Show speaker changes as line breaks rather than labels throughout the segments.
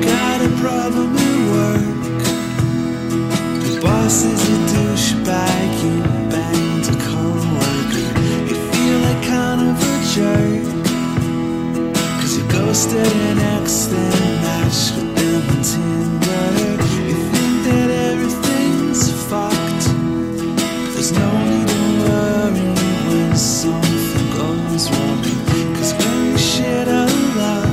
Got a problem at work. The boss is a douchebag. You banged a coworker. You feel like kind of a jerk. 'Cause you ghosted an ex, then matched with them on Tinder. You think that everything's fucked. There's no need to worry when something goes wrong. 'Cause when you shit out of luck.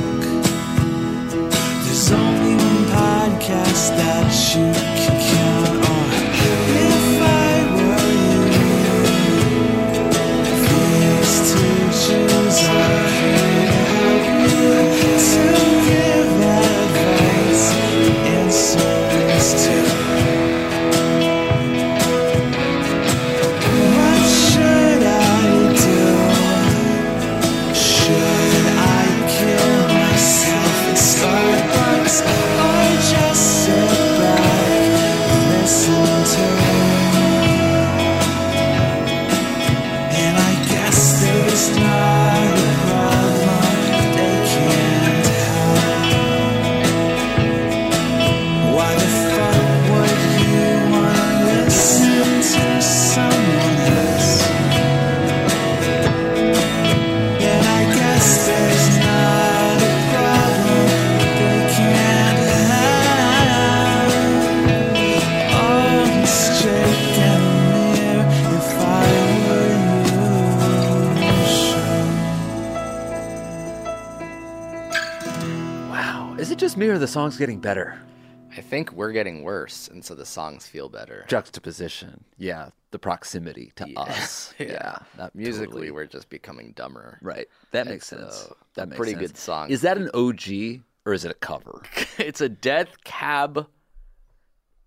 There's only one podcast that you can count on. If I were you, please to choose. I could help you to give advice and service too. What should I do? Should I kill myself at Starbucks or just sit back and listen to it? And I guess there's not a problem they can't help. Why the fuck would you wanna listen to someone else? And I guess there's not a problem they can't have. Oh, straight down there, if I were you,
Wow. Is it just me or the song's getting better?
I think we're getting worse, and so the songs feel better.
Juxtaposition. Yeah. The proximity to us. Yeah. that
Musically,
totally-
we're just becoming dumber.
Right. That
It's
makes sense.
a-
that
a
makes
pretty
sense.
good song.
Is that an OG or is it a cover?
it's a Death Cab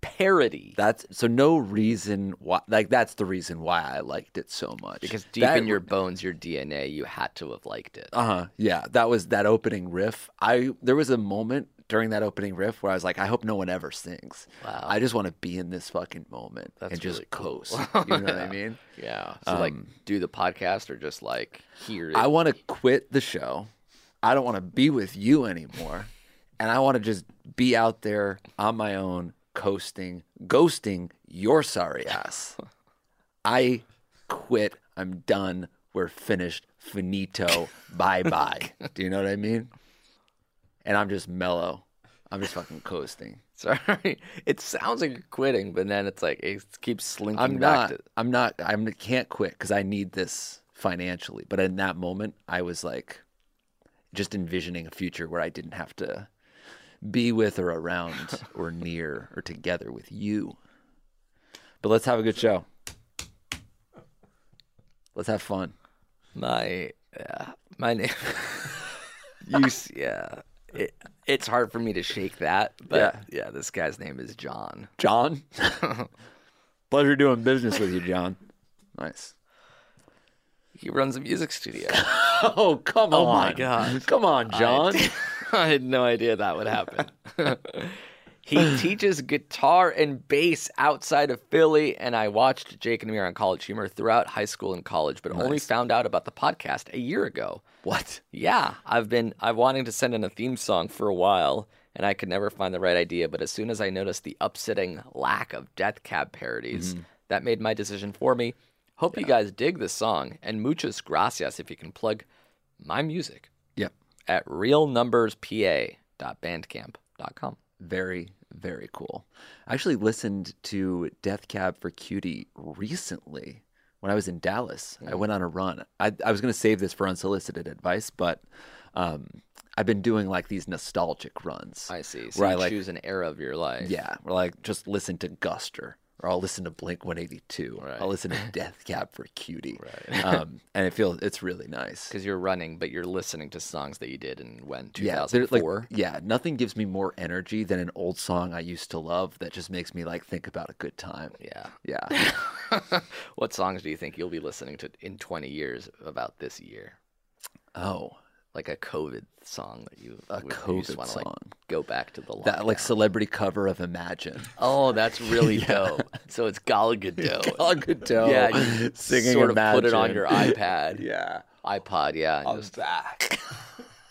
parody.
That's so no reason why like that's the reason why I liked it so much.
because deep
That-
in your bones, your DNA, you had to have liked it.
Uh-huh. Yeah, that was that opening riff. I there was a moment during that opening riff where I was like, I hope no one ever sings.
Wow.
I just want to be in this fucking moment
That's
and just
really cool.
coast. You know what I mean?
yeah. So like, do the podcast or just like hear it.
um, I want to quit the show. I don't want to be with you anymore. And I want to just be out there on my own, coasting, ghosting your sorry ass. I quit. I'm done. We're finished. Finito. bye bye. Do you know what I mean? And I'm just mellow. I'm just fucking coasting.
Sorry, it sounds like you're quitting, but then it's like it keeps slinking
I'm
back.
not,
To,
I'm not. I'm not. I can't quit because I need this financially. But in that moment, I was like, just envisioning a future where I didn't have to be with or around or near or together with you. But let's have a good show. Let's have fun.
my yeah, my name. you s- yeah, it, it's hard for me to shake that, but yeah. this guy's name is John.
John. Pleasure doing business with you, John. Nice.
He runs a music studio.
Oh, come on.
my God.
Come on, John.
I had no idea that would happen. he teaches guitar and bass outside of Philly, and I watched Jake and Amir on College Humor throughout high school and college, but only found out about the podcast a year ago.
what?
Yeah, I've been I've wanting to send in a theme song for a while, and I could never find the right idea. But as soon as I noticed the upsetting lack of Death Cab
Mm-hmm.
parodies, that made my decision for me. Hope you guys dig this song, and muchas gracias if you can plug my music
Yep.
at realnumberspa.bandcamp.com.
Very, very cool. I actually listened to Death Cab for Cutie recently when I was in Dallas.
Mm.
I went on a run. I, I was going to save this for unsolicited advice, but um, I've been doing like these nostalgic runs.
I see. So
Where I
you
like,
choose an era of your life.
yeah, where like just listen to Guster. Or I'll listen to Blink 182.
Right.
I'll listen to Death Cab for Cutie. Right. um, and it feels it's really nice.
Because you're running, but you're listening to songs that you did in when
Yeah, they're,
2004.
Like, yeah, nothing gives me more energy than an old song I used to love that just makes me like think about a good time.
yeah.
Yeah.
What songs do you think you'll be listening to in 20 years about this year?
oh,
Like a COVID song that you
A
would- you just
COVID
wanna, like,
song.
go back to the
that like
lockdown.
celebrity cover of Imagine.
Oh, that's really dope. So it's Gal Gadot.
Gal Gadot
Yeah, you
singing
sort of put it on
Imagine.
your iPad.
Yeah.
iPod, yeah. and just
back.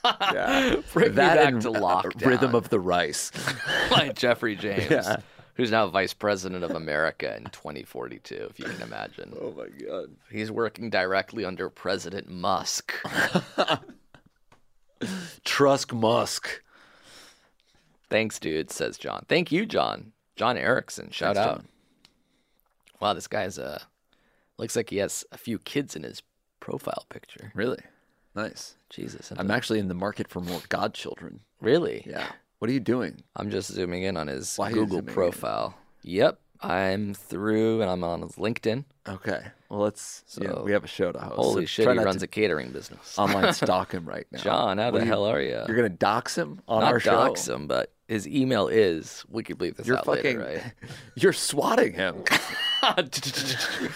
yeah.
bring
that
me back
and
to
uh,
lockdown.
Rhythm of the Rice.
by Jeffrey James, who's now vice president of America in 2042, if you can imagine.
oh my god.
He's working directly under President Musk.
Trusk Musk.
Thanks, dude, says John. Thank you, John. John Erickson, shout
Thanks,
out.
John.
Wow, this guy's uh looks like he has a few kids in his profile picture.
Really? Nice.
Jesus. and
I'm
the-
actually in the market for more godchildren.
really?
Yeah. What are you doing?
I'm just zooming in on his
Why are you
Google
zooming in?
profile. Yep. I'm through and I'm on his LinkedIn.
Okay. Well, let's. So,
So-
we have a show to host.
Holy
Oh, so
shit,
try
he
not
runs
to Oh,
a catering business.
online stalk him right now.
John, how
What
the
do you-
hell are you?
You're gonna dox him on
Not
our
dox
show.
him, but his email is. We could leave this
You're
out
fucking.
later,
You're swatting him.
right?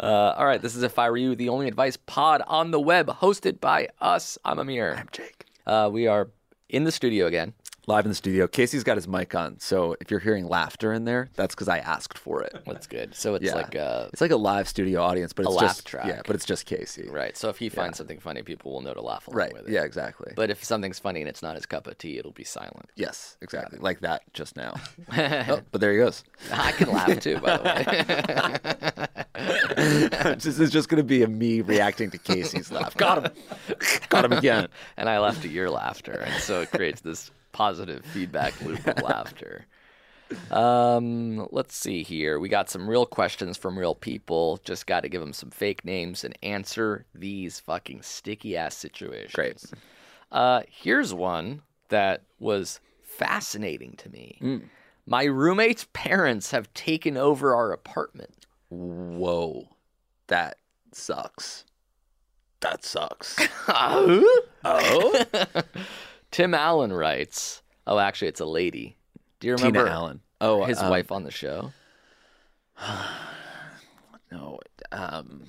uh, all right, this is if I were you, the only advice pod on the web, hosted by us. I'm Amir.
I'm Jake.
Uh, we are in the studio again.
Live in the studio. Casey's got his mic on, so if you're hearing laughter in there, that's because I asked for it.
That's good. So it's
Yeah.
like uh,
it's like a live studio audience, but
a
it's
laugh
just
track.
yeah, but it's just Casey.
right. So if he finds something funny, people will know to laugh along
Right.
with it.
Yeah. Exactly.
But if something's funny and it's not his cup of tea, it'll be silent.
yes. Exactly. Like that just now. oh, but there he goes.
I can laugh too, by the way.
this is just gonna be a me reacting to Casey's laugh. Got him. Got him again.
and I laugh at your laughter, and so it creates this positive feedback loop of laughter. Um, let's see here. We got some real questions from real people. Just got to give them some fake names and answer these fucking sticky ass situations.
Great.
Uh, here's one that was fascinating to me.
Mm.
My roommate's parents have taken over our apartment.
Whoa. That sucks. That sucks. Uh-huh.
Oh. Tim Allen writes. Oh, actually, it's a lady. Do you remember
Tina Allen. Oh,
his
um,
wife on the show?
No, um,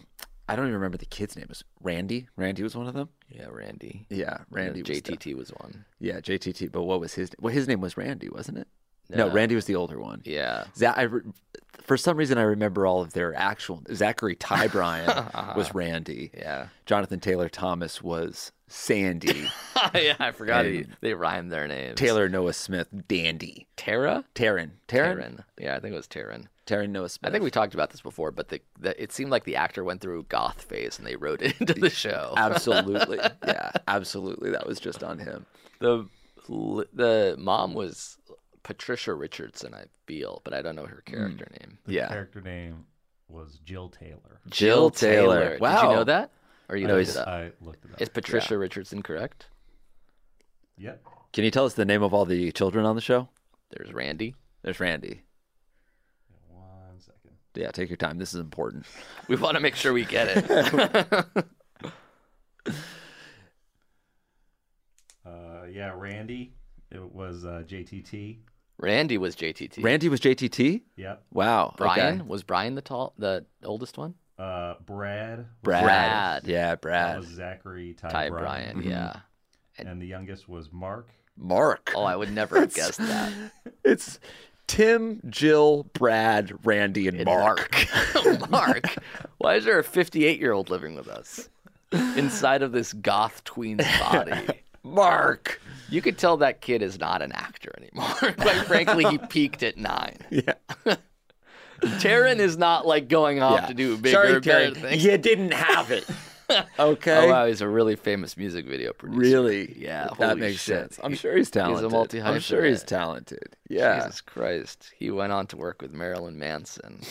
I don't even remember the kid's name. It was Randy. Randy was one of them.
Yeah, Randy.
Yeah,
And
Randy. Was the-
JTT was one.
yeah, JTT. But what was his? Well, his name was Randy, wasn't it? No,
No.
Randy was the older one.
Yeah.
Za- I re- for some reason I remember all of their actual Zachary Ty Bryan was Randy.
Yeah.
Jonathan Taylor Thomas was Sandy.
yeah, I forgot
And-
he- they rhymed their names.
Taylor Noah Smith, Dandy.
Tara?
Taryn. Taryn.
Taryn. Yeah, I think it was Taryn.
Taryn Noah Smith.
I think we talked about this before, but the, the it seemed like the actor went through a goth phase and they wrote it into the show.
absolutely. yeah, absolutely. That was just on him.
the the mom was Patricia Richardson, I feel, but I don't know her character name.
Yeah.
character name was Jill Taylor.
Jill Taylor.
Did you know
Wow.
that? Or you
No,
know
he's-
it up?
I looked it up.
Is Patricia Richardson correct?
Yep.
Can you tell us the name of all the children on the show?
There's Randy.
There's Randy.
One second.
Yeah, take your time. This is important.
We want to make sure we get it.
Uh, yeah, Randy. It was uh, JTT.
Randy was JTT.
Randy was JTT.
Yep.
Wow.
Brian
Okay.
was Brian the tall, the oldest one.
Uh, Brad. was-
Brad.
Brad.
Yeah,
That
Brad.
was Zachary Ty,
Ty
Bryan.
Bryan,
Mm-hmm.
yeah.
And the youngest was Mark.
Mark.
Oh, I would never have guessed that.
It's Tim, Jill, Brad, Randy, and Mark.
Mark, why is there a 58 year old living with us inside of this goth tween's body?
Mark.
You could tell that kid is not an actor anymore. Quite frankly, he peaked at nine.
Yeah.
Taryn is not like going off
Yeah.
to do bigger,
Sorry,
better
Terry,
things.
You didn't have it. Okay.
Oh wow, he's a really famous music video producer.
Really?
Yeah.
That
holy
makes
shit.
sense. I'm sure he's talented.
multi-hyphenate.
I'm sure he's talented. Yeah.
Jesus Christ. He went on to work with Marilyn Manson.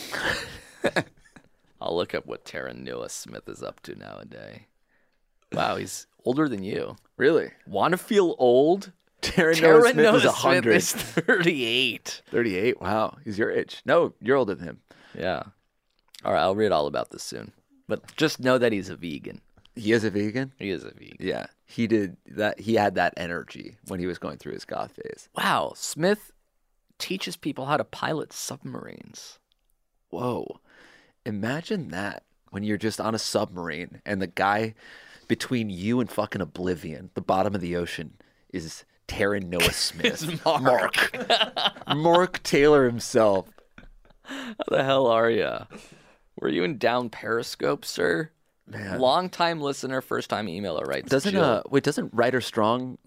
I'll look up what Taryn Newis Smith is up to nowadays. Wow, he's older than you.
Really?
Want to feel old?
Taryn Noah
Taryn
Smith
Noah
is 100.
Smith is 38.
38. Wow. He's your age. No, you're older than him.
Yeah. All right, I'll read all about this soon. But just know that he's a vegan.
He is a vegan?
He is a vegan.
Yeah. He did that. He had that energy when he was going through his goth phase.
Wow, Smith teaches people how to pilot submarines.
Whoa. Imagine that when you're just on a submarine and the guy between you and fucking oblivion, the bottom of the ocean, is Taryn Noah Smith. Mark. Mark. Mark Taylor himself.
How the hell are ya? Were you in down Periscope, sir?
Man.
Long time listener, first time emailer, right?
Doesn't uh wait, doesn't Ryder Strong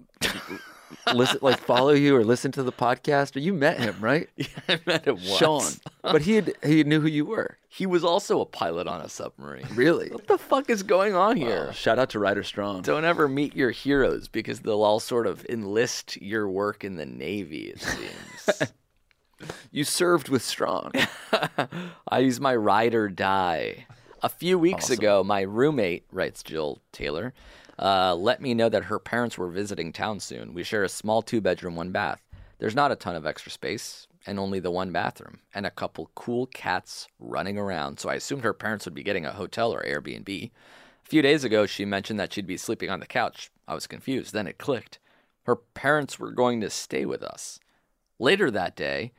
listen like follow you or listen to the podcast? Or you met him, right?
I met him once.
Sean. But he had, he knew who you were.
He was also a pilot on a submarine.
Really?
what the fuck is going on here?
Shout out to Ryder Strong.
Don't ever meet your heroes because they'll all sort of enlist your work in the Navy, it seems.
You served with Strong.
I use my ride or die. A few weeks ago, my roommate, writes Jill Taylor, uh, let me know that her parents were visiting town soon. We share a small two bedroom, one bath. There's not a ton of extra space and only the one bathroom and a couple cool cats running around. So I assumed her parents would be getting a hotel or Airbnb. A few days ago, she mentioned that she'd be sleeping on the couch. I was confused. Then it clicked. Her parents were going to stay with us. Later that day,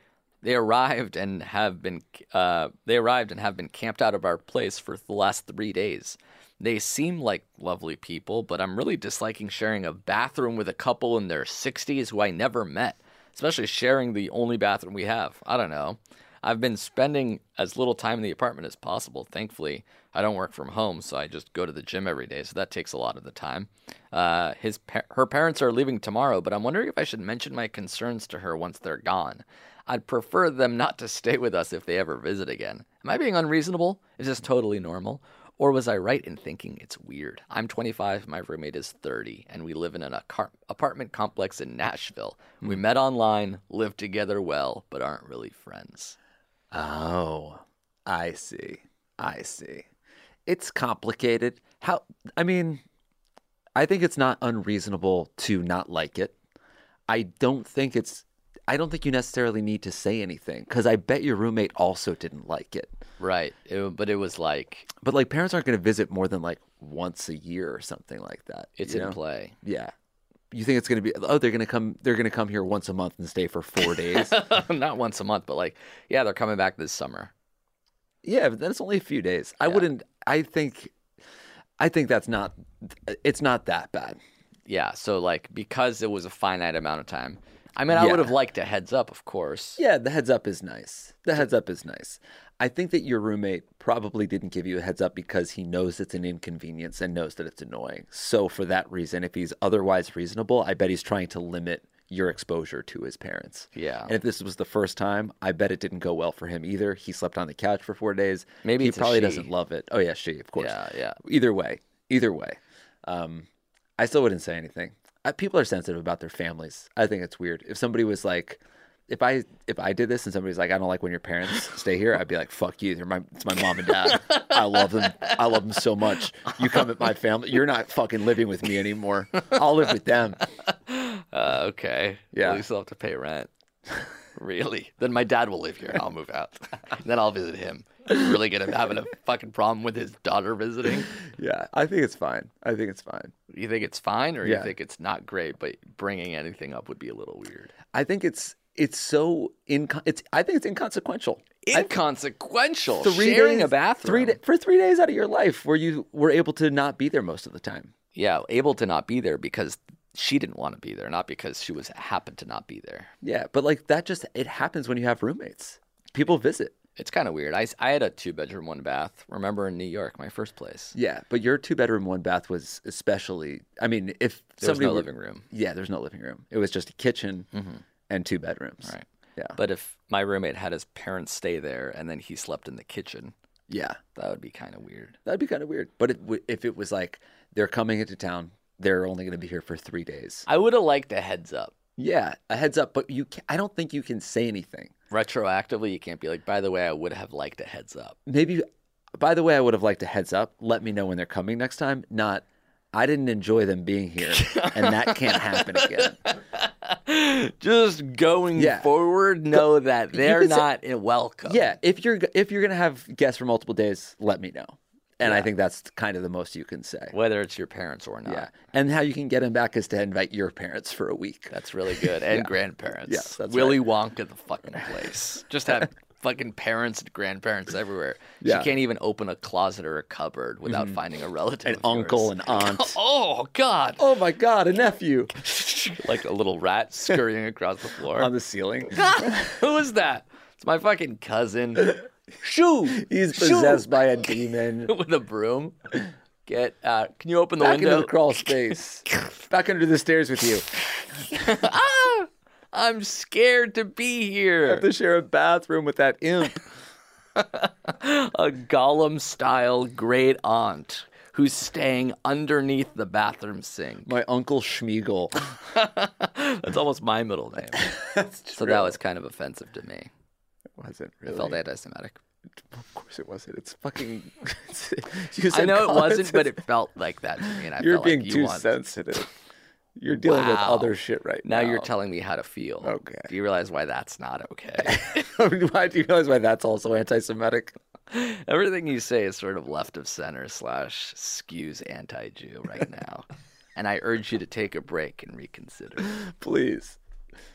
they arrived and have been uh, they arrived and have been camped out of our place for the last three days. They seem like lovely people, but I'm really disliking sharing a bathroom with a couple in their 60s who I never met, especially sharing the only bathroom we have. I don't know. I've been spending as little time in the apartment as possible. Thankfully, I don't work from home, so I just go to the gym every day. So that takes a lot of the time. Uh, his pa- her parents are leaving tomorrow, but I'm wondering if I should mention my concerns to her once they're gone. I'd prefer them not to stay with us if they ever visit again. Am I being unreasonable? Is this totally normal? Or was I right in thinking it's weird? I'm 25, my roommate is 30, and we live in an acar- apartment complex in Nashville. We met online, live together well, but aren't really friends.
Oh, I see. I see. It's complicated. How, I mean, I think it's not unreasonable to not like it. I don't think it's, I don't think you necessarily need to say anything because I bet your roommate also didn't like it.
Right. It- but it was like,
But like, parents aren't going to visit more than like once a year or something like that.
it's
you
in
know?
play.
Yeah. You think it's going to be, oh, they're going to come, they're going to come here once a month and stay for four days.
not once a month, but like, yeah, they're coming back this summer.
Yeah, but that's only a few days. I wouldn't. I think. I think that's not. It's not that bad.
Yeah. So, like, because it was a finite amount of time, I mean, I
Yeah.
would have liked a heads up, of course.
Yeah, the heads up is nice. The heads up is nice. I think that your roommate probably didn't give you a heads up because he knows it's an inconvenience and knows that it's annoying. So for that reason, if he's otherwise reasonable, I bet he's trying to limit your exposure to his parents.
Yeah.
And if this was the first time, I bet it didn't go well for him either. He slept on the couch for four days.
Maybe
he
it's a
probably
she.
doesn't love it. Oh yeah, she of course.
Yeah, yeah.
Either way, either way, um, I still wouldn't say anything. Uh people are sensitive about their families. I think it's weird. If somebody was like, if I if I did this and somebody's like, I don't like when your parents stay here, I'd be like, fuck you. They're my it's my mom and dad. I love them. I love them so much. You come at my family. You're not fucking living with me anymore. I'll live with them.
Uh, okay.
Yeah.
At least I'll have to pay rent. really? Then my dad will live here. I'll move out. then I'll visit him. You really gonna having a fucking problem with his daughter visiting?
Yeah, I think it's fine. I think it's fine.
You think it's fine, or you
Yeah.
think it's not great? But bringing anything up would be a little weird.
I think it's it's so inco- it's I think it's inconsequential.
Inconsequential. Sharing
days-
a bathroom.
Three da- for three days out of your life where you were able to not be there most of the time.
yeah, able to not be there because she didn't want to be there, not because she was happened to not be there.
Yeah, but like that just it happens when you have roommates. People visit.
It's kind of weird. I, s- I had a two bedroom, one bath. Remember in New York, my first place.
Yeah, but your two bedroom one bath was especially. I mean, if
There was
somebody
no
were-
living room. Mm-hmm.
yeah, there's no living room. It was just a kitchen and two bedrooms.
Right.
Yeah.
But if my roommate had his parents stay there and then he slept in the kitchen,
Yeah,
That would be kind of weird.
that'd be kind of weird. But it, w- if it was like they're coming into town, they're only going to be here for three days.
I would have liked a heads up.
Yeah, a heads up. But you, ca I don't think you can say anything.
Retroactively, you can't be like, by the way, I would have liked a heads up.
Maybe. By the way, I would have liked a heads up. Let me know when they're coming next time. Not. I didn't enjoy them being here, and that can't happen again.
Just going
Yeah.
forward, know that they're
could say-
not in welcome.
Yeah, if you're if you're gonna have guests for multiple days, let me know. And I
Yeah.
think that's kind of the most you can say.
Whether it's your parents or not.
Yeah, and how you can get him back is to invite your parents for a week.
That's really good. And grandparents.
Yes, that's
Willy Wonka the fucking place. Just have fucking parents and grandparents everywhere.
Yeah. Mm-hmm.
She can't even open a closet or a cupboard without finding a relative.
an
of
uncle,
yours.
an aunt.
Oh God!
oh my god, a nephew
like a little rat scurrying across the floor.
on the ceiling.
Who is that? It's my fucking cousin. Shoo!
He's
Shoo!
possessed by a demon.
with a broom. Get uh can you open the
Back into
window?
the crawl space. Back under the stairs with you.
ah! I'm scared to be here.
To share a bathroom with that imp.
A Gollum style great aunt who's staying underneath the bathroom sink.
My uncle Schmiegel.
That's almost my middle name. so that was kind of offensive to me.
Was it
It
really?
felt anti Semitic.
Of course it wasn't. It's fucking. you
I
said
know it
college.
wasn't, but it felt like that to me. And I
You're
felt
being
like you
too
wanted-
sensitive. You're dealing with
Wow.
other shit right
Now
now.
you're telling me how to feel.
Okay.
Do you realize why that's not okay?
telling. why do you realize why that's also anti-Semitic?
Everything you say is sort of left of center slash skews anti Jew right now. and I urge you to take a break and reconsider.
Please,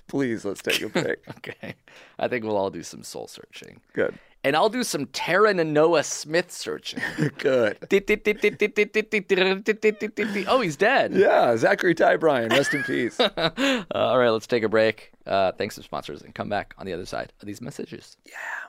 please, let's take a break.
Okay. I think we'll all do some soul searching.
Good,
And I'll do some Tara Noah Smith searching.
good.
oh, he's dead.
Yeah, Zachary Ty Bryan, rest in peace.
Uh, all right, let's take a break. Uh, thanks to sponsors and come back on the other side of these messages. Yeah.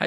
E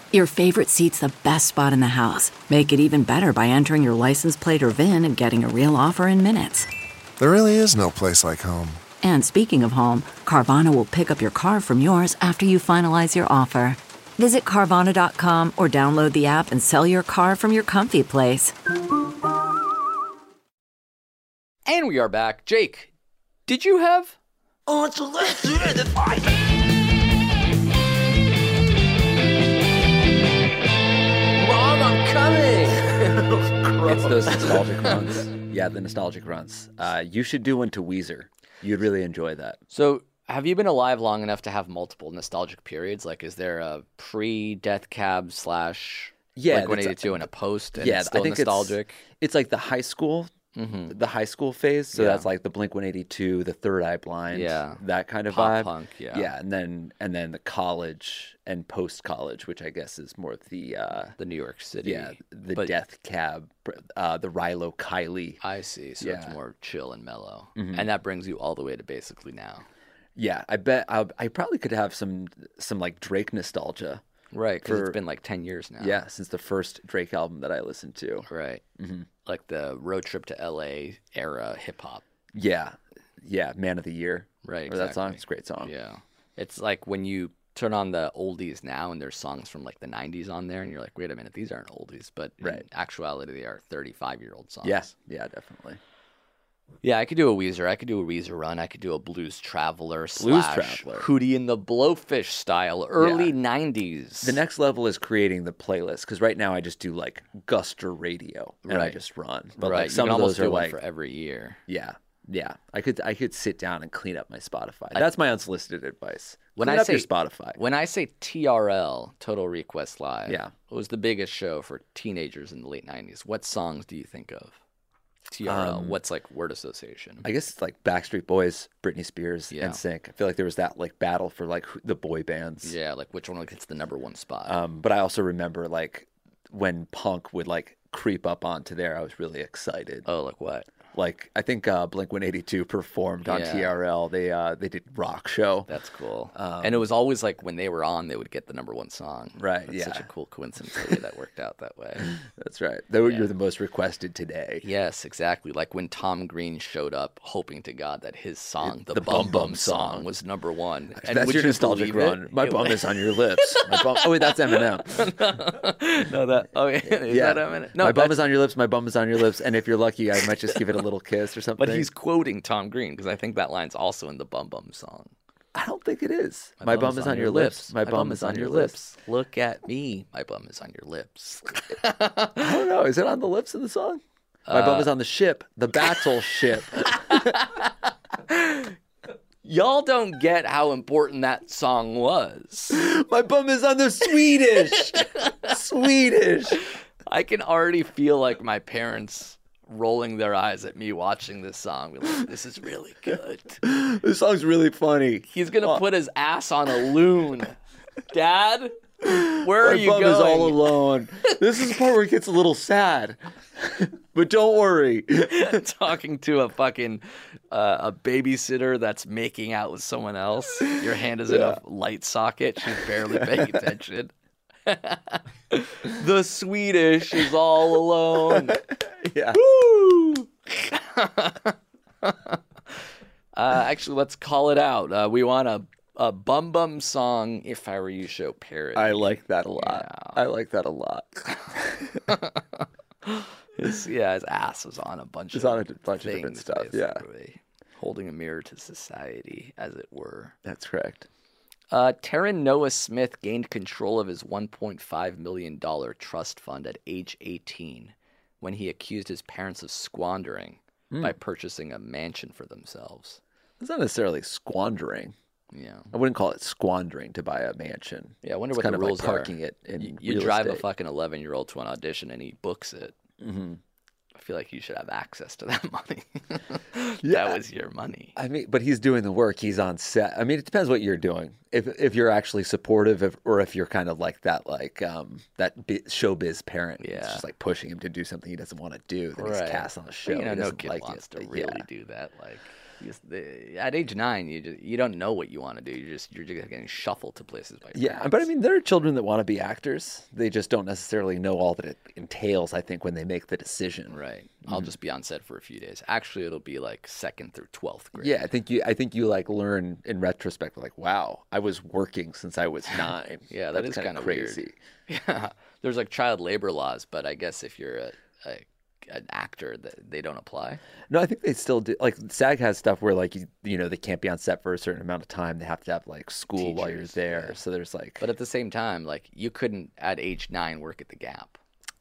Your favorite seat's the best spot in the house. Make it even better by entering your license plate or VIN and getting a real offer in minutes.
There really is no place like home.
And speaking of home, Carvana will pick up your car from yours after you finalize your offer. Visit Carvana.com or download the app and sell your car from your comfy place.
And we are back. Jake, did you have
Oh, It's those nostalgic runs. Yeah, the nostalgic runs. Uh, you should do one to Weezer. You'd really enjoy that.
So, have you been alive long enough to have multiple nostalgic periods? Like, is there a pre-Death Cab slash
Yeah,
Blink One
that's- uh,
Eighty Two and a post? And
yeah,
it's still
I think it's-
nostalgic. Mm-hmm.
It's like the high school the high school phase. So that's like the Blink 182, the Third Eye Blind,
Yeah.
that kind of
Pop
vibe.
punk, yeah.
yeah, and then and then the college and post college, which I guess is more the uh,
the New York City.
yeah the
but-
Death Cab, uh, the Rilo Kiley.
I see. So it's
Yeah. Mm-hmm.
more chill and mellow, and that brings you all the way to basically now.
Yeah, I bet I, I probably could have some some like Drake nostalgia.
Right, because
For-
it's been like ten years now.
Yeah, since the first Drake album that I listened to.
Right.
Mm-hmm.
Like the road trip to LA era hip hop.
Yeah, yeah, Man of the Year.
Right,
or that song.
exactly.
It's a great song.
Yeah. It's like when you turn on the oldies now and there's songs from like the 90s on there and you're like, wait a minute, these aren't oldies, but
Right.
in actuality they are 35 year old songs.
yeah, yeah, definitely.
Yeah, I could do a Weezer. I could do a Weezer run. I could do a Blues Traveler slash
Traveler.
Hootie and the Blowfish style, early 90s.
The next level is creating the playlist because right now I just do like Guster Radio and I
Right.
just run. But
right.
like some
you
of
can almost
those
do
are
one
like
for every year.
yeah, yeah. I could I could sit down and clean up my Spotify. That's my unsolicited advice. clean up your Spotify,
When I say TRL, Total Request Live,
Yeah.
it was the biggest show for teenagers in the late '90s. What songs do you think of? TRL. what's like word association?
Um, I guess it's like Backstreet Boys, Britney Spears,
Yeah.
and Sync. I feel like there was that like battle for like who- the boy bands.
yeah, like which one like gets the number one spot?
Um, but I also remember like when punk would like creep up onto there, I was really excited.
oh, like what?
Like I think uh, Blink One Eighty Two performed on
Yeah.
TRL. They uh, they did rock show.
That's cool. and it was always like when they were on, they would get the number one song.
um, Right,
That's Such a
yeah.
cool coincidence the way that worked out that way.
That's right. Though you're the most requested today.
Yes, exactly. Like when Tom Green showed up, hoping to God that his song, the,
the Bum
Bum
Bum
song,
song.
was number one.
that's
would
your
you
nostalgic
believe it?
run. My
It
bum is
was-
on your lips. My bum. Oh wait, that's Eminem.
No, that. Oh, yeah. Is
Yeah.
that a minute? No,
my bum
that's-
is on your lips. My bum is on your lips. And if you're lucky, I might just give it a little kiss or something.
But he's quoting Tom Green because I think that line's also in the Bum Bum song.
I don't think it is. My, bum, is on your lips. My bum is on your lips.
Look at me. My bum is on your lips.
I don't know. Is it on the lips in the song? My bum is
Uh,
on the ship, the battle ship.
Y'all don't get how important that song was.
My bum is on the Swedish, Swedish.
I can already feel like my parents rolling their eyes at me watching this song. Be Like, this is really good.
This song's really funny.
He's gonna put his ass on a loon. Dad, where are
My
you
bum
going?
is all alone. This is the part where it gets a little sad. But don't worry.
talking to a fucking uh, a babysitter that's making out with someone else. Your hand is in a light socket. She's barely paying attention. the Swedish is all alone.
Yeah.
Woo! uh, actually, let's call it out. Uh, we want a a bum bum song. If I were you, show parody.
I like that a lot. I like that a lot.
His- yeah, his ass was on a bunch
It's
of
on a d- bunch of different
things,
stuff, yeah.
basically. holding a mirror to society, as it were.
That's correct.
Uh, Taryn Noah Smith gained control of his 1.5 million dollar trust fund at age 18 when he accused his parents of squandering by purchasing a mansion for themselves.
It's not necessarily squandering.
Yeah,
I wouldn't call it squandering to buy a mansion.
yeah. I wonder
It's
what
kind
the
of like
rules are.
parking it in
you you
real
drive a
estate. Mm-hmm.
fucking 11 year old to an audition and he books it. I feel like you should have access to that money.
Yeah.
That was your money.
I mean, but he's doing the work. He's on set. I mean, it depends what you're doing. If if you're actually supportive, if, or if you're kind of like that, like um, that bi- showbiz parent, that's
Yeah.
just like pushing him to do something he doesn't want to do. Then he's cast on a show.
But, you know,
he
no
doesn't
kid
like
wants
it.
to
Yeah.
really do that. Like, you just, the, at age nine, you just, you don't know what you want to do. You just you're just getting shuffled to places by your
Yeah,
parents.
but I mean, there are children that want to be actors. They just don't necessarily know all that it entails. I think when they make the decision.
right.
Mm-hmm.
I'll just be on set for a few days. Actually, it'll be like second through twelfth grade.
Yeah, I think you. I think you like learn in retrospect. Like, wow, I was working since I was nine.
Yeah, that
That's
is
kinda
kinda weird. yeah. There's like child labor laws, but I guess if you're a, a an actor, that they don't apply.
No, I think they still do. Like SAG has stuff where like you, you know they can't be on set for a certain amount of time. They have to have like school while you're
Teachers,
there. So there's like,
But uh, at the same time, like you couldn't at age nine work at the Gap,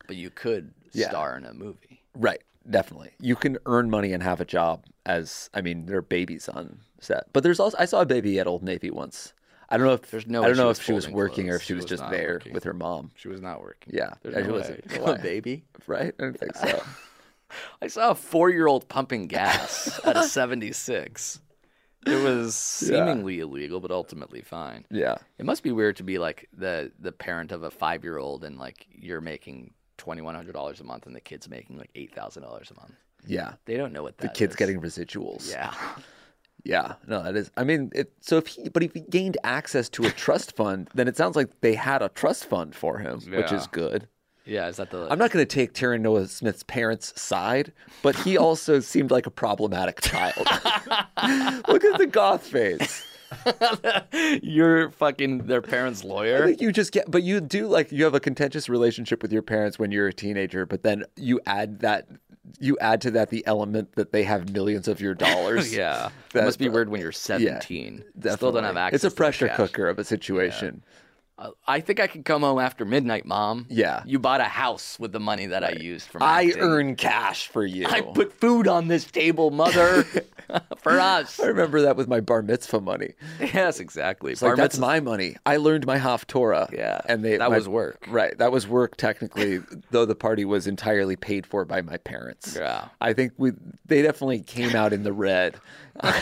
but you could
Yeah.
star in a movie.
right, definitely, you can earn money and have a job. As I mean, there are babies on set. But there's also I saw a baby at Old Navy once. I don't know if
There's no
I
way
don't
she
know
was
if she was
folding
working or
clothes.
if she,
She
was,
was
just
not
there
working.
with her mom.
She was not working.
Yeah,
There's
I- she
no
wasn't-
way.
why?
a baby.
Right? I don't think so.
I saw a four year old pumping gas at a 76. It was seemingly illegal, but ultimately fine.
Yeah.
It must be weird to be like the, the parent of a five year old and like you're making $2,100 a month and the kid's making like $8,000 a month.
Yeah.
They don't know what
The
that
kid's
is.
getting residuals.
Yeah.
Yeah. No, that is. I mean, it, so if he, but if he gained access to a trust fund, then it sounds like they had a trust fund for him, which is
Yeah.
good.
Yeah. Is that the.
I'm not going to take Terry Noah Smith's parents' side, but he also seemed like a problematic child. Look at the goth face.
you're fucking their parents'
I
lawyer.
think you just get, but you do like you have a contentious relationship with your parents when you're a teenager, but then you add that, you add to that the element that they have millions of your dollars.
Yeah.
That-
it must be weird when you're 17. Still don't have
Definitely.
access
It's a
to the
pressure
cash.
cooker of a situation.
I think I could come home after midnight, mom.
Yeah.
You bought a house with the money that I used from
I
acting.
earn cash for you.
I put food on this table, mother, for us.
I remember that with my bar mitzvah money.
Yes, exactly.
It's like,
Bar
that's
mitzvah-
my money. I learned my Haftorah.
Yeah,
And they,
that
my-
was work.
Right. That was work, technically, though the party was entirely paid for by my parents.
Yeah.
I think we they definitely came out in the red.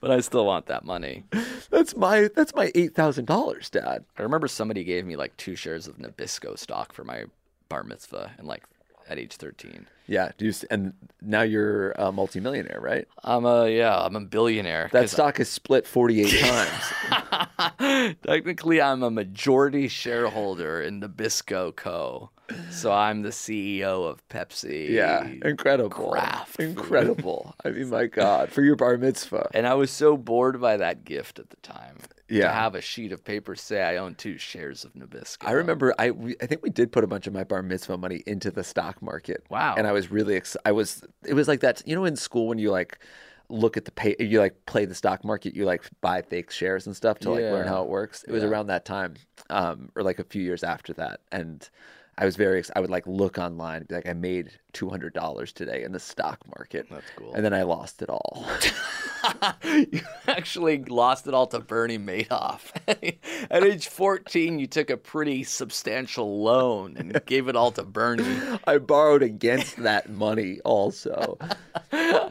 But I still want that money.
That's my that's my eight thousand dollars, Dad.
I remember somebody gave me like two shares of Nabisco stock for my bar mitzvah, and like at age thirteen.
Yeah. Do you, s- and now you're a multimillionaire, right?
I'm a yeah, I'm a billionaire.
That
Uh, 'cause
stock is split forty eight times.
Technically, I'm a majority shareholder in Nabisco Co. So I'm the CEO of Pepsi.
Yeah. Incredible.
Kraft.
Incredible. I mean, my God, for your bar mitzvah.
And I was so bored by that gift at the time.
Yeah.
To have a sheet of paper say I own two shares of Nabisco.
I remember I we, I think we did put a bunch of my bar mitzvah money into the stock market.
Wow.
And I was really ex- I was it was like that you know in school when you like look at the pay you like play the stock market you like buy fake shares and stuff to like learn
Yeah.
how it works. It was around that time um or like a few years after that and I was very ex- I would like look online and be like I made $200 today in the stock market. That's
cool.
And then I lost it all.
you actually lost it all to Bernie Madoff. At age 14, you took a pretty substantial loan and gave it all to Bernie.
I borrowed against that money also.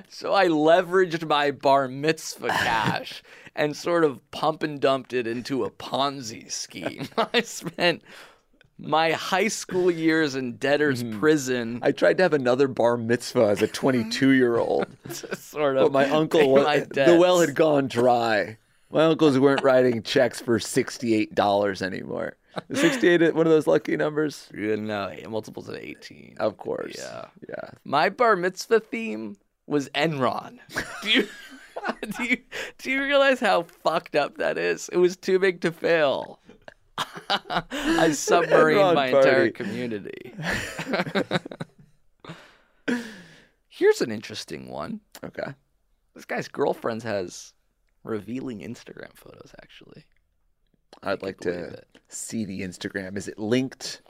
So I leveraged my bar mitzvah cash and sort of pump and dumped it into a Ponzi scheme. I spent my high school years in debtor's prison.
Mm-hmm. I tried to have another bar mitzvah as a 22 year old,
sort
but
of
my uncle,
pay my
the well
debts.
had gone dry. My uncles weren't writing checks for $68 anymore. Is 68 one of those lucky numbers?
You know, multiples of 18.
Of course.
Yeah.
Yeah.
My bar mitzvah theme was Enron. Do you, do you do you realize how fucked up that is? It was too big to fail. I submarined
Enron
my
party.
entire community. Here's an interesting one.
Okay.
This guy's girlfriend has revealing Instagram photos. Actually,
I'd
could
like
believe
to
it.
see the Instagram. Is it linked?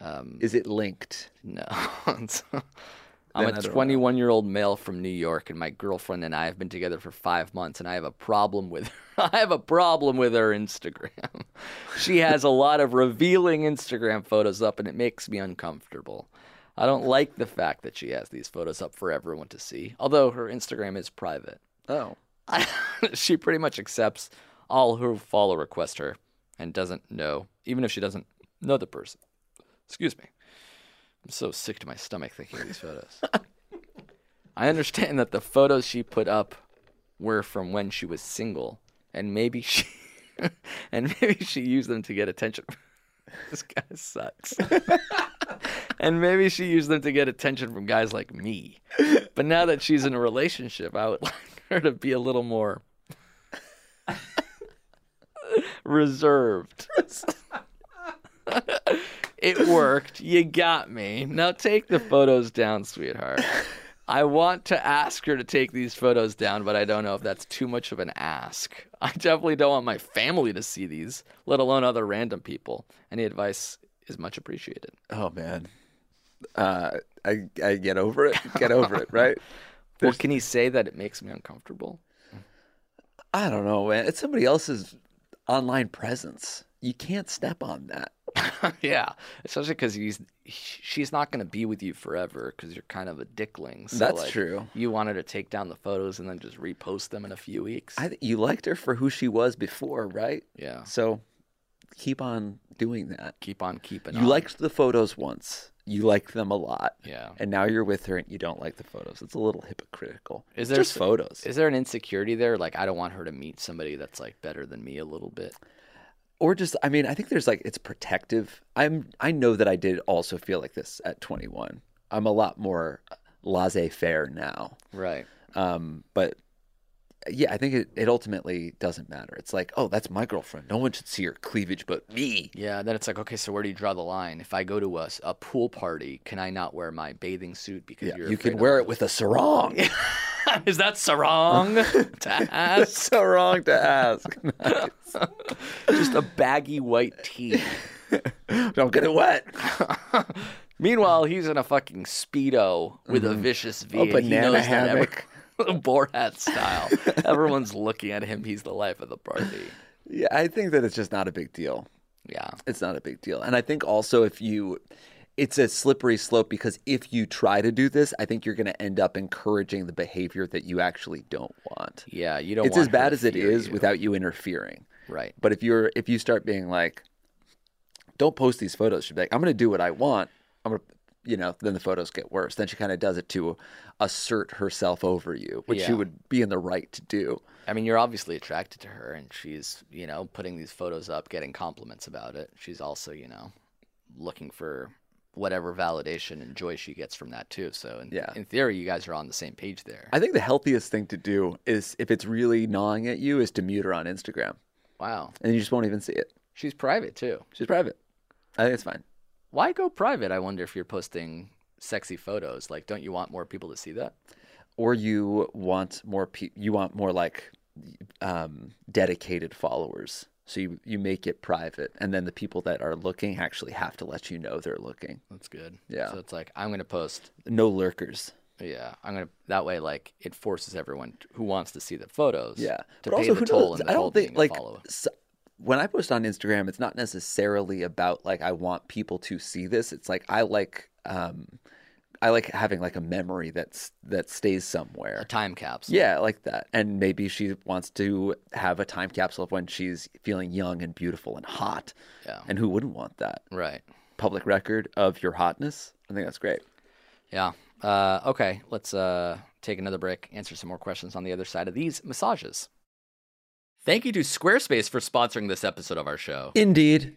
um,
Is it linked?
No. It's- I'm
Then I
a
don't know.
21 year old male from New York, and my girlfriend and I have been together for five months, and I have a problem with her. I have a problem with her Instagram. she has a lot of revealing Instagram photos up, and it makes me uncomfortable. I don't like the fact that she has these photos up for everyone to see, although her Instagram is private.
Oh.
she pretty much accepts all who follow request her and doesn't know, even if she doesn't know the person. Excuse me. I'm so sick to my stomach thinking of these photos. I understand that the photos she put up were from when she was single, and maybe she and maybe she used them to get attention. this guy sucks. and maybe she used them to get attention from guys like me. But now that she's in a relationship, I would like her to be a little more reserved. it worked. You got me. Now take the photos down, sweetheart. I want to ask her to take these photos down, but I don't know if that's too much of an ask. I definitely don't want my family to see these, let alone other random people. Any advice is much appreciated.
Oh, man. Uh, I, I get over it. Get over it, right?
Well, can he say that it makes me uncomfortable?
I don't know, man. It's somebody else's online presence. You can't step on that.
yeah, especially because he's she's not going to be with you forever because you're kind of a dickling. So
That's
like,
true.
You wanted to take down the photos and then just repost them in a few weeks.
I th- you liked her for who she was before, right?
yeah,
So keep on doing that.
keep on keeping.
You
on.
liked the photos once. You liked them a lot.
Yeah.
And now you're with her and you don't like the photos. It's a little hypocritical.
Is
It's
there
just
s-
photos?
Is there an insecurity there? Like I don't want her to meet somebody that's like better than me a little bit.
or just I mean, I think there's like it's protective. I'm I know that I did also feel like this at 21. I'm a lot more laissez-faire now.
Right.
Um, but yeah, I think it, it ultimately doesn't matter. It's like, oh, that's my girlfriend. No one should see her cleavage but me.
Yeah, then it's like, okay, so where do you draw the line? If I go to a, s- a pool party, can I not wear my bathing suit because
Yeah,
you're
you can
afraid
wear it with a sarong.
of- Is that sarong to ask?
sarong to ask.
Just a baggy white tee.
Don't get it wet.
Meanwhile, he's in a fucking speedo with a vicious V.
A
and he
Mm-hmm. banana
knows that every-
hammock.
Borat style. Everyone's looking at him. He's the life of the party.
Yeah, I think that it's just not a big deal.
Yeah.
It's not a big deal. And I think also if you it's a slippery slope because if you try to do this, I think you're going to end up encouraging the behavior that you actually don't want.
Yeah, you don't
it's
want
as
her
bad
to
as it
fear
is
you.
without you interfering.
Right.
But if you're if you start being like, don't post these photos, she'd be like, I'm gonna do what I want. I'm gonna you know, then the photos get worse. Then she kind of does it to assert herself over you, which she
Yeah.
would be in the right to do.
I mean, you're obviously attracted to her, and she's, you know, putting these photos up, getting compliments about it. She's also, you know, looking for whatever validation and joy she gets from that, too. So, in,
Yeah.
in theory, you guys are on the same page there.
I think the healthiest thing to do is, if it's really gnawing at you, is to mute her on Instagram,
wow.
and you just won't even see it.
She's private, too.
She's private. I think it's fine.
Why go private? I wonder if you're posting sexy photos. Like, don't you want more people to see that?
Or you want more pe- you want more like um, dedicated followers. So you, you make it private, and then the people that are looking actually have to let you know they're looking.
That's good.
Yeah.
So it's like, I'm going to post
No lurkers.
Yeah, I'm gonna. That way, like, it forces everyone t- who wants to see the photos.
Yeah,
to pay the toll and the
I
toll
don't
being
think
to
like
follow.
s when I post on Instagram, it's not necessarily about like I want people to see this. It's like I like um, I like having like a memory that's that stays
a
somewhere.
time capsule.
Yeah, I like that. And maybe she wants to have a time capsule of when she's feeling young and beautiful and hot.
Yeah.
And who wouldn't want that?
Right.
Public record of your hotness. I think that's great.
Yeah. Uh, okay. Let's uh, take another break. Answer some more questions on the other side of these massages. Thank you to Squarespace for sponsoring this episode of our show.
Indeed.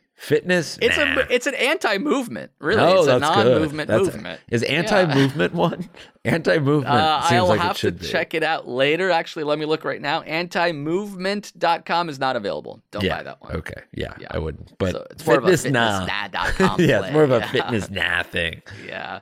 Fitness.
It's a
nah.
mo- it's an anti-movement, really.
No,
it's a
that's good.
non-movement
That's-
movement.
Is anti-movement one? Anti-movement
Uh,
seems
I'll
like
have
it
to
should be.
check it out later. Actually, let me look right now. Antimovement.com is not available. Don't
yeah.
buy that one.
Okay. Yeah,
Yeah.
I wouldn't. But
so it's more
fitness
of a
nah.
fitnessnah.com.
yeah, it's more of a
play.
fitness nah thing.
Yeah.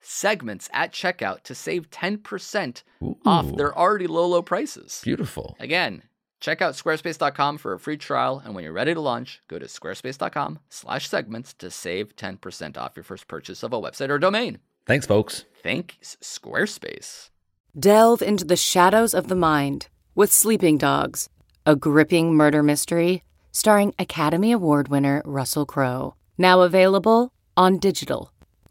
segments at checkout to save 10% off
Ooh.
their already low, low prices.
Beautiful.
Again, check out squarespace.com for a free trial. And when you're ready to launch, go to squarespace.com slash segments to save 10% off your first purchase of a website or domain.
Thanks, folks.
Thanks, Squarespace.
Delve into the shadows of the mind with Sleeping Dogs, a gripping murder mystery starring Academy Award winner Russell Crowe. Now available on digital.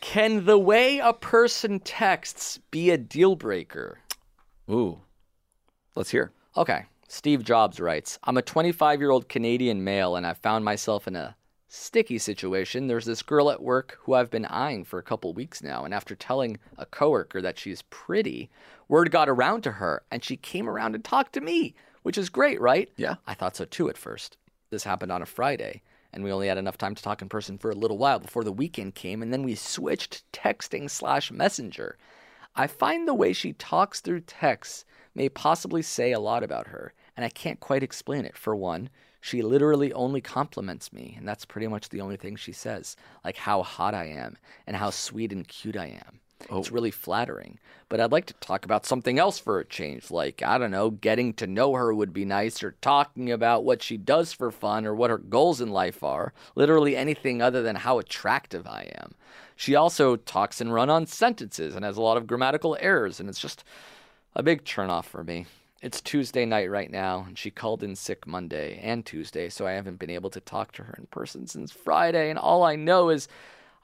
Can the way a person texts be a deal breaker?
Ooh, let's hear.
Okay. Steve Jobs writes I'm a 25 year old Canadian male and I found myself in a sticky situation. There's this girl at work who I've been eyeing for a couple weeks now. And after telling a coworker that she's pretty, word got around to her and she came around and talked to me, which is great, right?
Yeah.
I thought so too at first. This happened on a Friday. And we only had enough time to talk in person for a little while before the weekend came, and then we switched texting slash messenger. I find the way she talks through texts may possibly say a lot about her, and I can't quite explain it. For one, she literally only compliments me, and that's pretty much the only thing she says, like how hot I am and how sweet and cute I am. It's really flattering. But I'd like to talk about something else for a change, like, I don't know, getting to know her would be nice, or talking about what she does for fun or what her goals in life are. Literally anything other than how attractive I am. She also talks in run on sentences and has a lot of grammatical errors, and it's just a big turnoff for me. It's Tuesday night right now, and she called in sick Monday and Tuesday, so I haven't been able to talk to her in person since Friday, and all I know is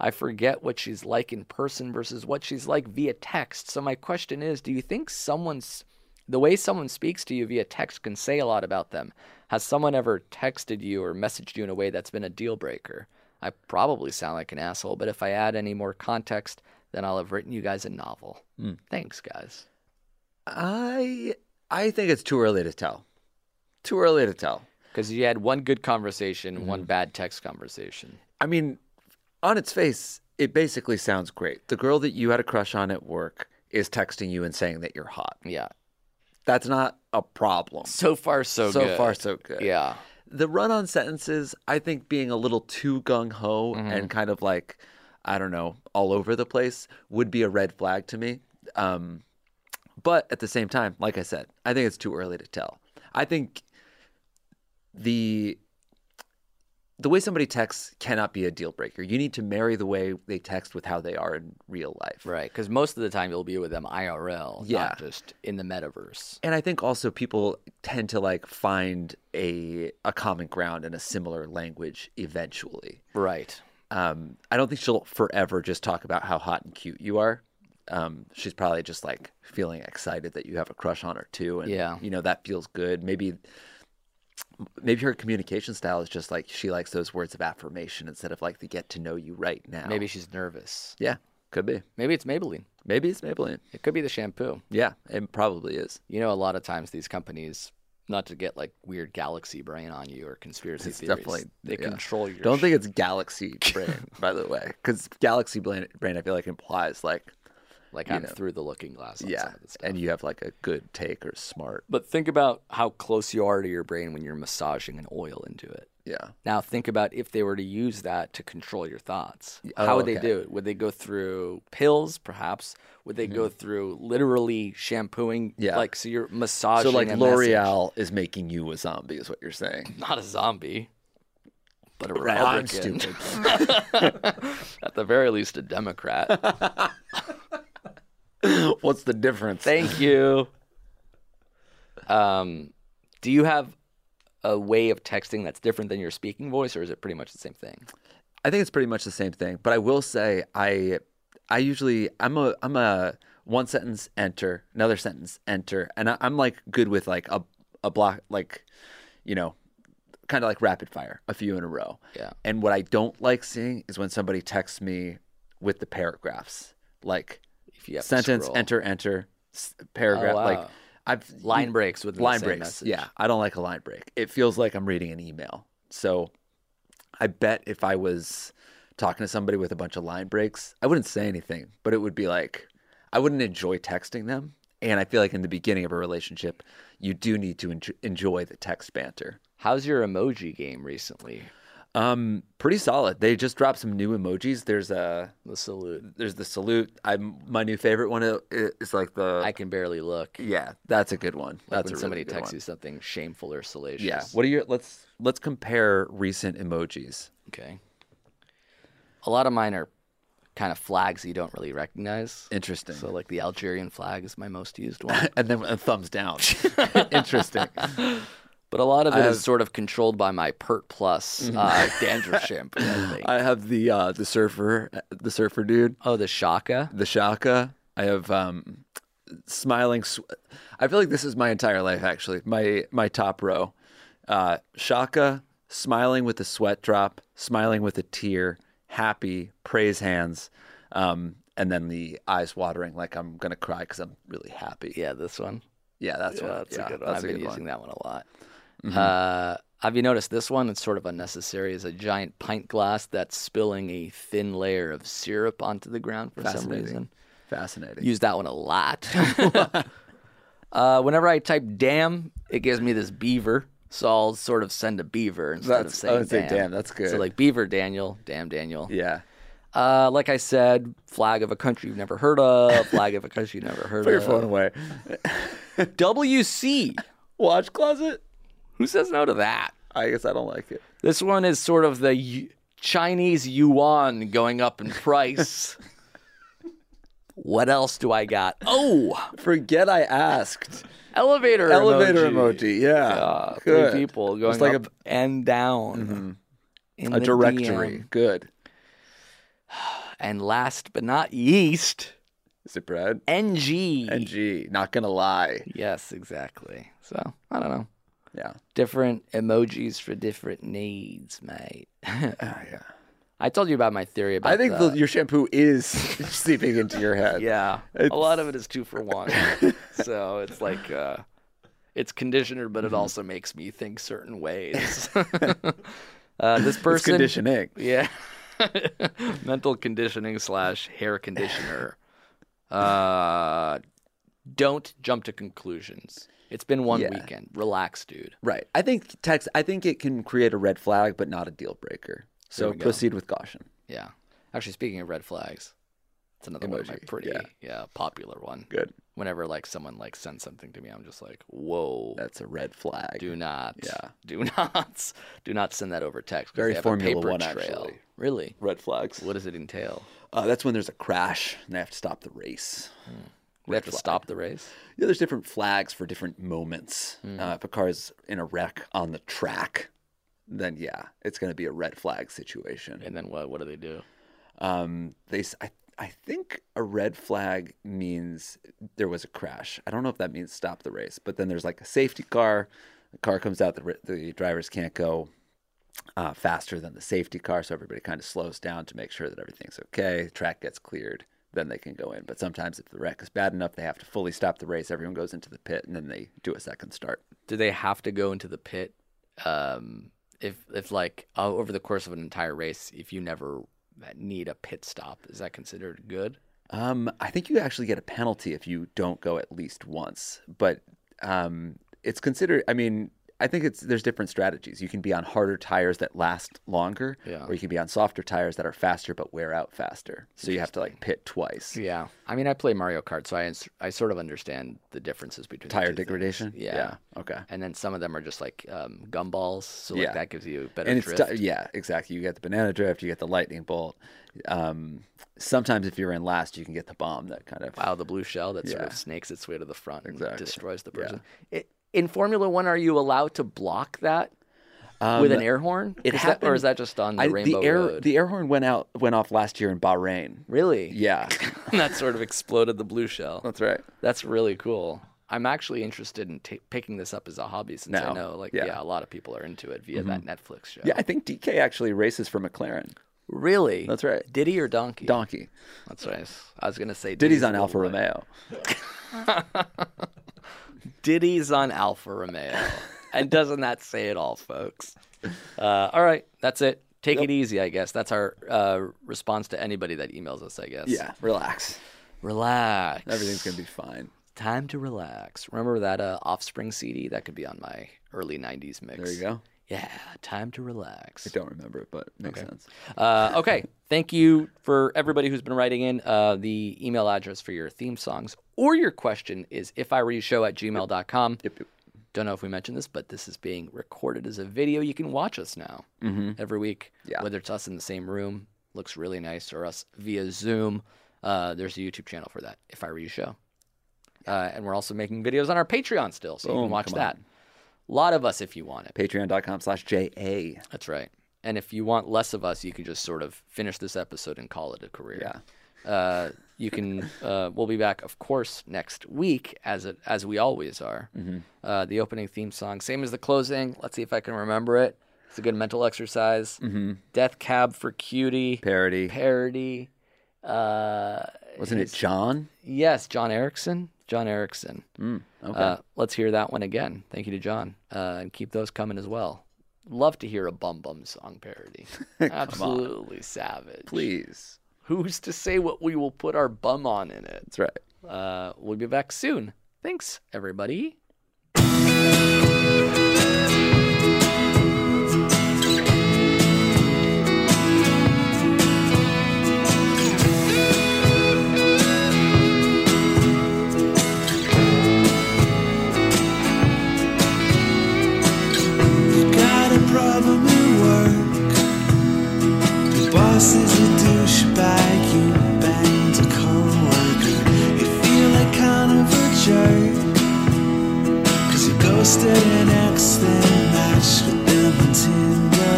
I forget what she's like in person versus what she's like via text. So my question is, do you think someone's the way someone speaks to you via text can say a lot about them? Has someone ever texted you or messaged you in a way that's been a deal breaker? I probably sound like an asshole, but if I add any more context, then I'll have written you guys a novel. Thanks, guys.
I I think it's too early to tell. Too early to tell.
Because you had one good conversation,
Mm-hmm.
one bad text conversation.
I mean, on its face, it basically sounds great. The girl that you had a crush on at work is texting you and saying that you're hot.
Yeah.
That's not a problem.
So far, so,
So
good.
far, so good.
Yeah.
The run on sentences, I think being a little too gung ho and kind of like, I don't know, all over the place would be a red flag to me. Um, but at the same time, like I said, I think it's too early to tell. I think the the way somebody texts cannot be a deal breaker. You need to marry the way they text with how they are in real life.
Right. Because most of the time you'll be with them IRL,
Yeah.
not just in the metaverse.
And I think also people tend to like find a a common ground in a similar language eventually.
Right.
um, I don't think she'll forever just talk about how hot and cute you are. Um, she's probably just like feeling excited that you have a crush on her too, and
Yeah.
you know that feels good. Maybe, maybe her communication style is just like she likes those words of affirmation instead of like the get to know you right now.
Maybe she's nervous.
yeah, could be.
Maybe it's Maybelline.
Maybe it's Maybelline.
It could be the shampoo.
Yeah, it probably is.
You know, a lot of times these companies, not to get like weird galaxy brain on you or conspiracy
It's
theories,
definitely-
they
yeah.
control your.
Don't
sh-
think it's Galaxy Brain, by the way, because Galaxy Brain, brain, I feel like implies like
like
you
I'm
know.
through the looking glass. On
yeah,
some of this stuff.
and you have like a good take or smart.
But think about how close you are to your brain when you're massaging an oil into it.
Yeah,
Now think about if they were to use that to control your thoughts.
oh,
How would they
okay.
do it? Would they go through pills, perhaps? Would they go through literally shampooing?
Mm-hmm. Yeah.
Like so you're massaging.
So like
a message.
L'Oreal is making you a zombie, is what you're saying.
not a zombie, but a
Right, I'm
Republican.
stupid.
At the very least, a Democrat.
What's the difference?
Thank you. Um, do you have a way of texting that's different than your speaking voice, or is it pretty much the same thing?
I think it's pretty much the same thing, but I will say I I usually I'm a I'm a one sentence enter, another sentence enter, and I, I'm like good with like a a block like you know kind of like rapid fire, a few in a row.
Yeah.
And what I don't like seeing is when somebody texts me with the paragraphs, like
If you have to
sentence
scroll.
enter enter s- paragraph
Oh,
like
wow.
I've
Line
you-
breaks within the
line
same
breaks.
message.
Yeah, I don't like a line break. It feels like I'm reading an email. So I bet if I was talking to somebody with a bunch of line breaks, I wouldn't say anything, but it would be like I wouldn't enjoy texting them And I feel like in the beginning of a relationship, you do need to en- enjoy the text banter.
How's your emoji game recently?
Um, pretty solid. They just dropped some new emojis. There's a
the salute.
There's the salute. I'm my new favorite one i- is like the
I can barely look.
yeah, that's a good one.
Like
that's
when
a
somebody
really good
texts
one.
you something shameful or salacious.
Yeah. What are your let's let's compare recent emojis.
Okay. A lot of mine are kind of flags you don't really recognize.
Interesting.
So like the Algerian flag is my most used one,
and then a thumbs down. Interesting.
but a lot of it is
have-
sort of controlled by my Pert Plus uh, dandruff shampoo. I think.
I have the uh the surfer the surfer dude,
oh, the Shaka.
the Shaka. I have um smiling sw- I feel like this is my entire life actually. My my top row. Uh Shaka smiling with a sweat drop, smiling with a tear, happy, praise hands. Um and then the eyes watering like I'm going to cry cuz I'm really happy.
Yeah, this one.
Yeah, that's
Yeah,
one.
that's
Yeah,
a good one.
that's
I've
a
been
good
using
one.
that one a lot. Uh, have you noticed this one? It's sort of unnecessary. It's a giant pint glass that's spilling a thin layer of syrup onto the ground for some
Fascinating.
reason.
Fascinating.
Use that one a lot. uh, whenever I type "damn," it gives me this beaver, so I'll sort of send a beaver instead of
That's- I
saying
would say
damn.
damn, that's good.
So like beaver Daniel, damn Daniel.
yeah.
Uh, like I said, flag of a country you've never heard of, flag of a country you've never heard
Put your
of.
phone away.
WC.
Watch closet?
Who says no to that?
I guess I don't like it.
This one is sort of the y- Chinese yuan going up in price. what else do I got? Oh,
Forget I asked.
elevator
Elevator emoji.
emoji.
Yeah.
Uh,
Good.
Three people going
It's like Mm-hmm.
up and down. in
a, a
the
directory.
DM.
Good.
And last but not least,
Is it Brad?
NG.
NG. Not gonna lie.
Yes, exactly. So, I don't know.
Yeah.
Different emojis for different needs, mate. I told you about my theory about
Ah, I think
the,
the, your shampoo is seeping into your head.
Yeah.
It's-
A lot of it is two for one. so it's like uh it's conditioner,
Mm-hmm.
but it also makes me think certain ways. uh, this
It's
person
conditioning.
Yeah. Mental conditioning slash hair conditioner. Uh don't jump to conclusions. It's been one
Yeah.
weekend. Relax, dude.
Right. I think text. I think it can create a red flag, but not a deal breaker. So proceed with caution.
Yeah. Actually, speaking of red flags, it's another one of my
Emoji,
pretty
yeah.
yeah. popular one.
Good.
Whenever like someone like sends something to me, I'm just like, whoa.
That's a red flag.
Do not.
Yeah.
Do not. Do not send that over text. 'cause
Very
they have a
Formula
paper
One,
trail.
actually.
Really?
Red flags.
What does it entail?
Uh, that's when there's a crash and they have to stop the race.
We have to stop the race.
Yeah, there's different flags for different moments. Uh, if a car is in a wreck on the track, then yeah, it's going to be a red flag situation.
And then what? What do they do?
Um, they, s- I, I think a red flag means there was a crash. I don't know if that means stop the race, but then there's like a safety car. The car comes out, the, ri- the drivers can't go uh, faster than the safety car, so everybody kind of slows down to make sure that everything's okay. Track gets cleared, then they can go in. But sometimes, if the wreck is bad enough, they have to fully stop the race. Everyone goes into the pit, and then they do a second start.
Do they have to go into the pit? Um, if if like uh, over the course of an entire race, if you never need a pit stop, is that considered good?
Um, I think you actually get a penalty if you don't go at least once, but um, it's considered. I mean, I think it's there's different strategies. You can be on harder tires that last longer,
Yeah.
or you can be on softer tires that are faster but wear out faster. So you have to like pit twice.
Yeah. I mean, I play Mario Kart, so I ins- I sort of understand the differences between the two
Tire
things.
degradation.
Yeah.
Okay.
And then some of them are just like um, gumballs, so like
Yeah.
that gives you better
And it's
drift.
ti- yeah, exactly. You get the banana drift. You get the lightning bolt. Um, sometimes if you're in last, you can get the bomb. That kind of
Wow, the blue shell that sort
Yeah.
of snakes its way to the front and
Exactly.
destroys the
Yeah.
person. It, in Formula One, are you allowed to block that
Um,
with an air horn?
it
Is that- or is
happened-
that just on the
I-
Rainbow
the air
Road?
the air horn went out went off last year in Bahrain.
Really?
Yeah,
that sort of exploded the blue shell.
that's right.
That's really cool. I'm actually interested in ta picking this up as a hobby since I
Now,
know, like, yeah.
yeah. Mm-hmm.
a lot of people are into it via that Netflix show.
Yeah, I think DK actually races for McLaren.
Really?
That's right.
Diddy or Donkey?
Donkey.
That's nice. I was gonna say
Diddy's on
a
Alfa
little bit-
Romeo.
Diddy's on Alfa Romeo. and doesn't that say it all, folks? Uh, all right, that's it. Take it easy, I guess. That's our uh, response to anybody that emails us, I guess.
Yeah, relax.
Relax.
Everything's gonna be fine.
Time to relax. Remember that uh, Offspring CD? That could be on my early 90s mix.
There you go.
Yeah, time to relax.
I don't remember it, but it makes sense.
Uh, okay. Thank you for everybody who's been writing in. Uh, the email address for your theme songs or your question is if I were show at gmail.com. Yep, yep. Don't know if we mentioned this, but this is being recorded as a video. You can watch us now every week,
Mm-hmm. Yeah.
whether it's us in the same room, looks really nice, or us via Zoom. Uh, there's a YouTube channel for that, if I were you show. Uh, and we're also making videos on our Patreon still, so you
Boom,
can watch
come
that. A lot of us if you want it.
Patreon.com slash JA.
That's right. And if you want less of us, you can just sort of finish this episode and call it a career. Yeah. Uh, you can. Uh, we'll be back, of course, next week, as it, as we always are.
Mm-hmm.
Uh, the opening theme song, same as the closing. Let's see if I can remember it. It's a good mental exercise.
Mm-hmm.
Death Cab for Cutie
Parody.
parody. Uh,
Wasn't it
his-
John?
Yes, John Erickson. John Erickson.
Okay.
Uh, let's hear that one again. Thank you to John. Uh, and keep those coming as well. Love to hear a Bum Bum song parody. Absolutely savage.
Please.
Who's to say what we will put our bum on in it?
That's right.
Uh, we'll be back soon. Thanks, everybody.
You've got a problem at work. The boss is a douchebag. You banged a coworker. You feel like kind of a jerk. 'Cause you ghosted an ex then matched with them on Tinder.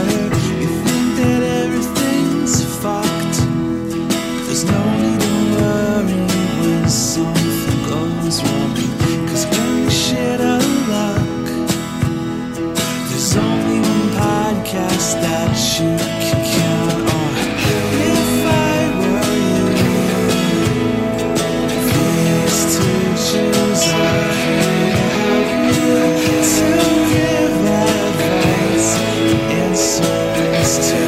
You think that everything's fucked. There's no need to worry when something goes wrong. 'Cause when you shit out of luck. There's only one podcast that you can count on. If I were you, these two Jews are here to give advice and service to.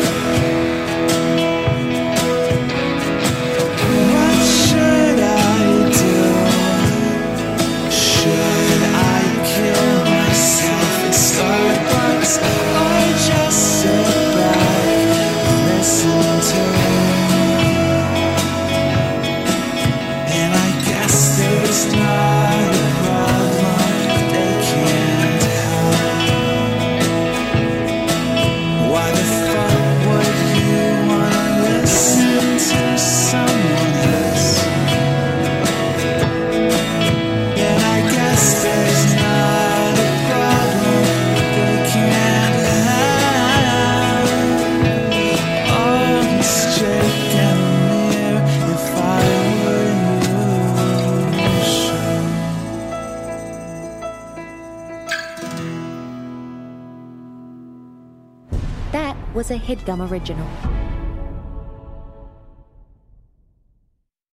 What should I do? Should I kill myself at Starbucks or just sit back and listen to it? And I guess there's not a problem they can't help. Why the fuck would you wanna listen to someone else? And I guess there's not a problem they can't have. Oh, this Jake Cavalier, if I were you, sure.
That was a headgum original.